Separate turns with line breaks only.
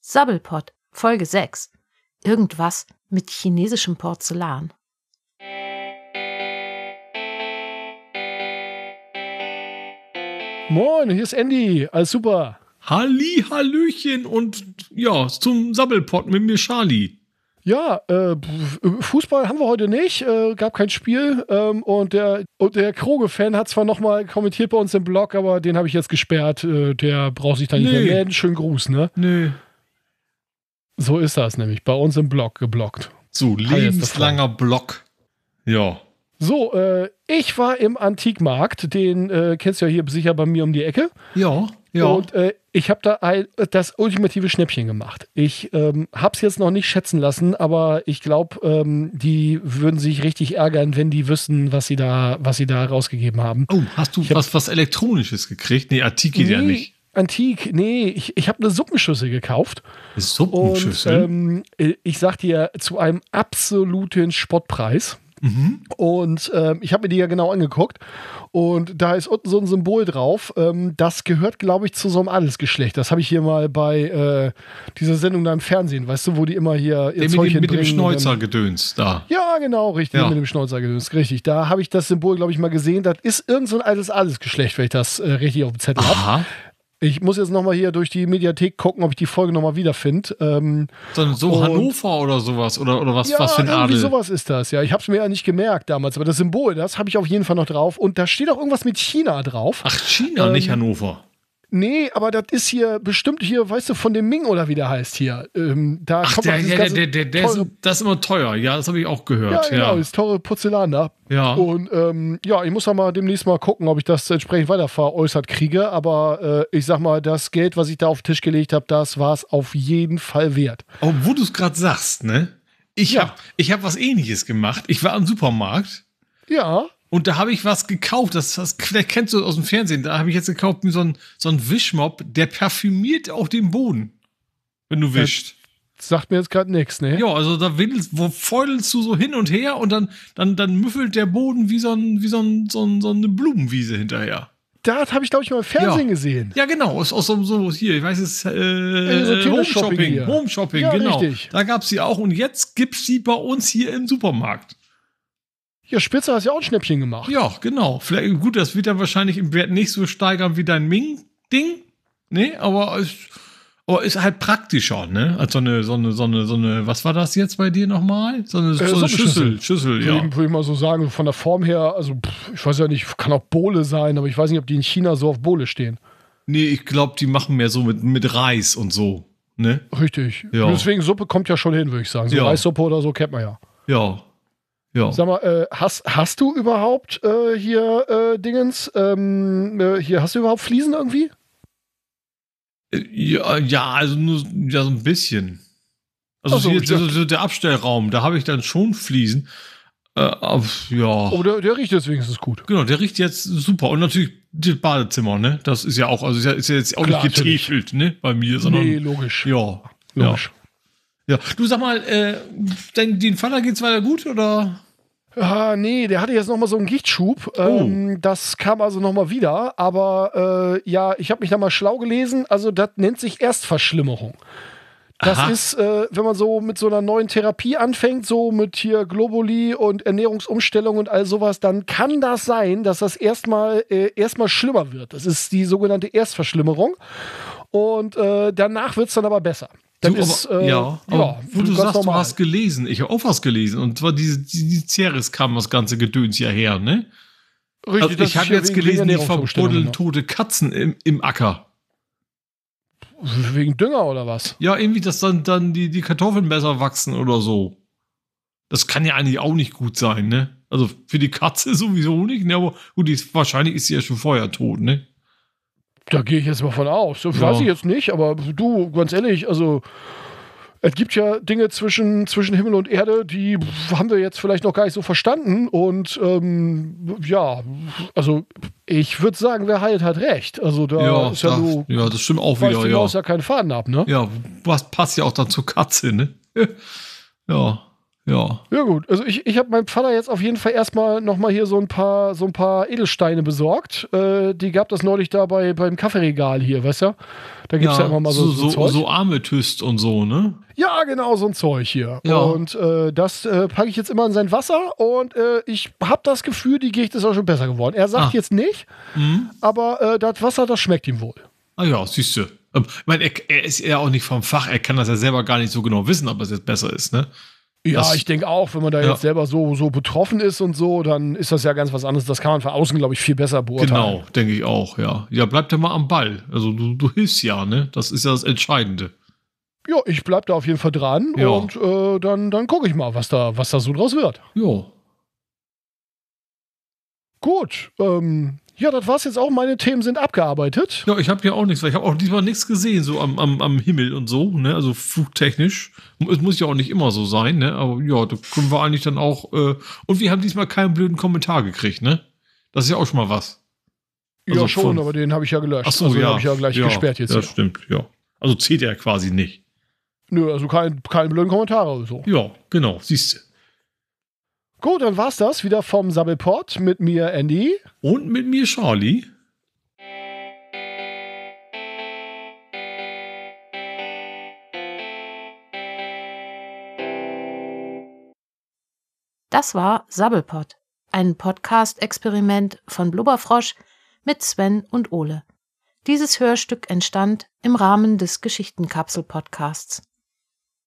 Sabbelpott, Folge 6. Irgendwas mit chinesischem Porzellan.
Moin, hier ist Andy. Alles super.
Halli, Hallöchen und ja, zum Sabbelpott mit mir Charlie.
Ja, äh, pf- Fußball haben wir heute nicht, äh, gab kein Spiel. Ähm, und der, und der Kroge-Fan hat zwar nochmal kommentiert bei uns im Blog, aber den habe ich jetzt gesperrt. Äh, der braucht sich da nicht
Nee.
mehr melden. Schönen Gruß, ne?
Nö.
So ist das nämlich, bei uns im Blog geblockt.
So,
jetzt eine
lebenslanger Block. Ja.
So, äh, ich war im Antikmarkt, den äh, kennst du ja hier sicher bei mir um die Ecke.
Ja, ja.
Und äh, ich habe da ein, das ultimative Schnäppchen gemacht. Ich ähm, habe es jetzt noch nicht schätzen lassen, aber ich glaube, ähm, die würden sich richtig ärgern, wenn die wüssten, was sie da, was sie da rausgegeben haben.
oh, hast du
Ich hab-
was, was Elektronisches gekriegt? Nee, Artik geht ja
Nee,
nicht.
Antik, nee, ich, ich habe eine Suppenschüssel gekauft und
Suppenschüssel.
ähm, ich sag dir zu einem absoluten Spottpreis.
mhm.
Und ähm, ich habe mir die ja genau angeguckt. Und da ist unten so ein Symbol drauf. Ähm, das gehört, glaube ich, zu so einem Adelsgeschlecht. Das habe ich hier mal bei äh, dieser Sendung da im Fernsehen, weißt du, wo die immer hier ihr
Der mit,
Zeug
dem, mit dem
hinbringen ähm, und dann-
Schnäuzer-Gedöns da.
Ja, genau, richtig,
Ja.
mit dem Schnäuzer gedöns, richtig. Da habe ich das Symbol, glaube ich, mal gesehen. Das ist irgend so ein altes Adelsgeschlecht, wenn ich das äh, richtig auf dem Zettel habe.
Aha.
Ich muss jetzt nochmal hier durch die Mediathek gucken, ob ich die Folge nochmal wiederfinde. Ähm,
Dann so
Und-
Hannover oder sowas. Oder, oder was, was für ein
irgendwie
Adel.
sowas ist das, ja. Ich habe es mir ja nicht gemerkt damals, aber das Symbol, das habe ich auf jeden Fall noch drauf. Und da steht auch irgendwas mit China drauf.
Ach, China,
Ähm,
nicht Hannover.
Nee, aber das ist hier bestimmt hier, weißt du, von dem Ming oder wie der heißt hier. Ähm, da
Ach,
kommt auch
der,
dieses
der,
ganze
der, der, der ist,
teure-
das ist immer teuer. Ja, das habe ich auch
ja,
gehört.
genau,
Ja,
das teure Porzellan da.
ja.
Und ähm, ja, ich muss da mal demnächst mal gucken, ob ich das entsprechend weiter veräußert kriege. Aber äh, ich sag mal, das Geld, was ich da auf den Tisch gelegt habe, das war es auf jeden Fall wert.
Obwohl du es gerade sagst, ne? Ich
Ja.
hab, ich hab was ähnliches gemacht. Ich war am Supermarkt
Ja,
und da habe ich was gekauft. Das, das vielleicht kennst du aus dem Fernsehen. Da habe ich jetzt gekauft mir so einen so einen Wischmopp, der parfümiert auch den Boden, wenn du wischst.
sagt mir jetzt gerade nichts, ne?
Ja, also da wedelst, wo feudelst du so hin und her und dann, dann, dann müffelt der Boden wie so, ein, wie so, ein, so, ein, so eine Blumenwiese hinterher.
Das habe ich, glaube ich, mal im Fernsehen
Ja.
gesehen.
Ja, genau. Ist aus so, so hier, ich weiß es,
so
äh, Home
Teleshopping
Shopping.
hier.
Home Shopping,
Ja,
genau.
richtig.
Da gab's sie auch und jetzt gibt's sie bei uns hier im Supermarkt.
Ja, Spitzer hast ja auch ein Schnäppchen gemacht.
Ja, genau. Vielleicht, gut, das wird dann wahrscheinlich im Wert nicht so steigern wie dein Ming-Ding. Nee, aber ist, aber ist halt praktischer, ne? Als so eine, so eine, so eine, so eine, was war das jetzt bei dir nochmal? So eine, Äh, so eine
Suppenschüssel.
Schüssel, Schüssel,
Würde
ja.
ich- würde ich mal so sagen, von der Form her, also pff, ich weiß ja nicht, kann auch Bohle sein, aber ich weiß nicht, ob die in China so auf Bohle stehen.
Nee, ich glaube, die machen mehr so mit, mit Reis und so, ne?
Richtig.
Ja.
Deswegen Suppe kommt ja schon hin, würde ich sagen. So
Ja.
Reissuppe oder so kennt man ja.
Ja. Ja.
Sag mal, äh, hast, hast du überhaupt äh, hier äh, Dingens, ähm, äh, hier hast du überhaupt Fliesen irgendwie?
Ja, ja, also nur ja, so ein bisschen. Also
Ach so,
hier,
ich dachte-
so, so der Abstellraum, da habe ich dann schon Fliesen. Äh, aber, ja.
Oh, der, der riecht jetzt wenigstens gut.
Genau, der riecht jetzt super. Und natürlich das Badezimmer, ne? Das ist ja auch, also ist ja, ist ja jetzt auch
Klar,
nicht
natürlich.
getäfelt, ne? Bei mir, sondern.
Nee, logisch.
Ja. Ja.
logisch.
ja. Du sag mal, äh, dein, den Vater geht's weiter gut oder?
Ah, nee, der hatte jetzt nochmal so einen Gichtschub.
Oh.
Ähm, das kam also nochmal wieder. Aber äh, ja, ich habe mich da mal schlau gelesen. Also, das nennt sich Erstverschlimmerung. Das
Aha.
ist, äh, wenn man so mit so einer neuen Therapie anfängt, so mit hier Globuli und Ernährungsumstellung und all sowas, dann kann das sein, dass das erstmal äh, erstmal schlimmer wird. Das ist die sogenannte Erstverschlimmerung. Und äh, danach wird es dann aber besser. Dann
Du,
ist,
aber,
äh,
ja, aber wo du
ganz
sagst, du
normal.
hast gelesen. Ich habe auch was gelesen. Und zwar diese, die, die Ceres kam das ganze Gedöns ja her, ne?
Richtig,
also
das ist
ich habe
hier
jetzt
wegen- wegen
gelesen, die
Ernährungsumstellung,
verbuddeln
ne?
tote Katzen im, im Acker.
Wegen Dünger oder was?
Ja, irgendwie, dass dann, dann die, die Kartoffeln besser wachsen oder so. Das kann ja eigentlich auch nicht gut sein, ne? Also für die Katze sowieso nicht, ne? Aber gut, die ist, wahrscheinlich ist sie ja schon vorher tot, ne?
Da gehe ich jetzt mal von aus. Das
Ja.
Weiß ich jetzt nicht, aber du, ganz ehrlich, also es gibt ja Dinge zwischen, zwischen Himmel und Erde, die haben wir jetzt vielleicht noch gar nicht so verstanden. Und ähm, ja, also ich würde sagen, wer heilt, hat recht. Also da ist ja
da-
nur,
ja, das stimmt auch
weißt du,
wieder,
ja.
ja.
ja keinen Faden ab, ne?
Ja, was passt ja auch dann zur Katze, ne? ja, Ja.
Ja gut, also ich, ich habe meinem Vater jetzt auf jeden Fall erstmal nochmal hier so ein paar so ein paar Edelsteine besorgt. Äh, die gab das neulich da bei, beim Kaffeeregal hier, weißt du? Da gibt es ja, immer mal so,
so, so,
Zeug.
so Amethyst und so, ne?
Ja, genau, so ein Zeug hier.
Ja.
Und äh, das äh, packe ich jetzt immer in sein Wasser und äh, ich habe das Gefühl, die Gicht ist auch schon besser geworden. Er sagt
Ah.
jetzt nicht,
Mhm.
aber äh, das Wasser, das schmeckt ihm wohl.
Ah ja, siehst du. Ich meine, er, er ist ja auch nicht vom Fach, er kann das ja selber gar nicht so genau wissen, ob es jetzt besser ist, ne?
Ja,
Das-
ich denke auch, wenn man da
Ja.
jetzt selber so, so betroffen ist und so, dann ist das ja ganz was anderes. Das kann man von außen, glaube ich, viel besser beurteilen.
Genau, denke ich auch, ja. Ja, bleib ja mal am Ball. Also du, du hilfst ja, ne? Das ist ja das Entscheidende.
Ja, ich bleib da auf jeden Fall dran
Ja.
und äh, dann, dann gucke ich mal, was da, was da so draus wird.
Jo.
Gut, ähm, ja, das war's jetzt auch. Meine Themen sind abgearbeitet.
Ja, ich habe ja auch nichts, weil ich habe auch diesmal nichts gesehen, so am, am, am Himmel und so, ne? Also flugtechnisch. Es muss ja auch nicht immer so sein, ne? Aber ja, da können wir eigentlich dann auch. Äh und wir haben diesmal keinen blöden Kommentar gekriegt, ne? Das ist ja auch schon mal was.
Ja,
also
schon,
von-
aber den habe ich ja gelöscht.
Ach so,
also, den
ja.
habe ich ja gleich
ja,
gesperrt jetzt.
Das
hier.
stimmt, ja. Also zählt er quasi nicht.
Nö, also kein, keine blöden Kommentare oder so.
Ja, genau, siehst du.
Gut, dann war's das wieder vom Sabbelport mit mir, Andy.
Und mit mir Charlie.
Das war Sabbelpot, ein Podcast-Experiment von Blubberfrosch mit Sven und Ole. Dieses Hörstück entstand im Rahmen des Geschichtenkapsel-Podcasts.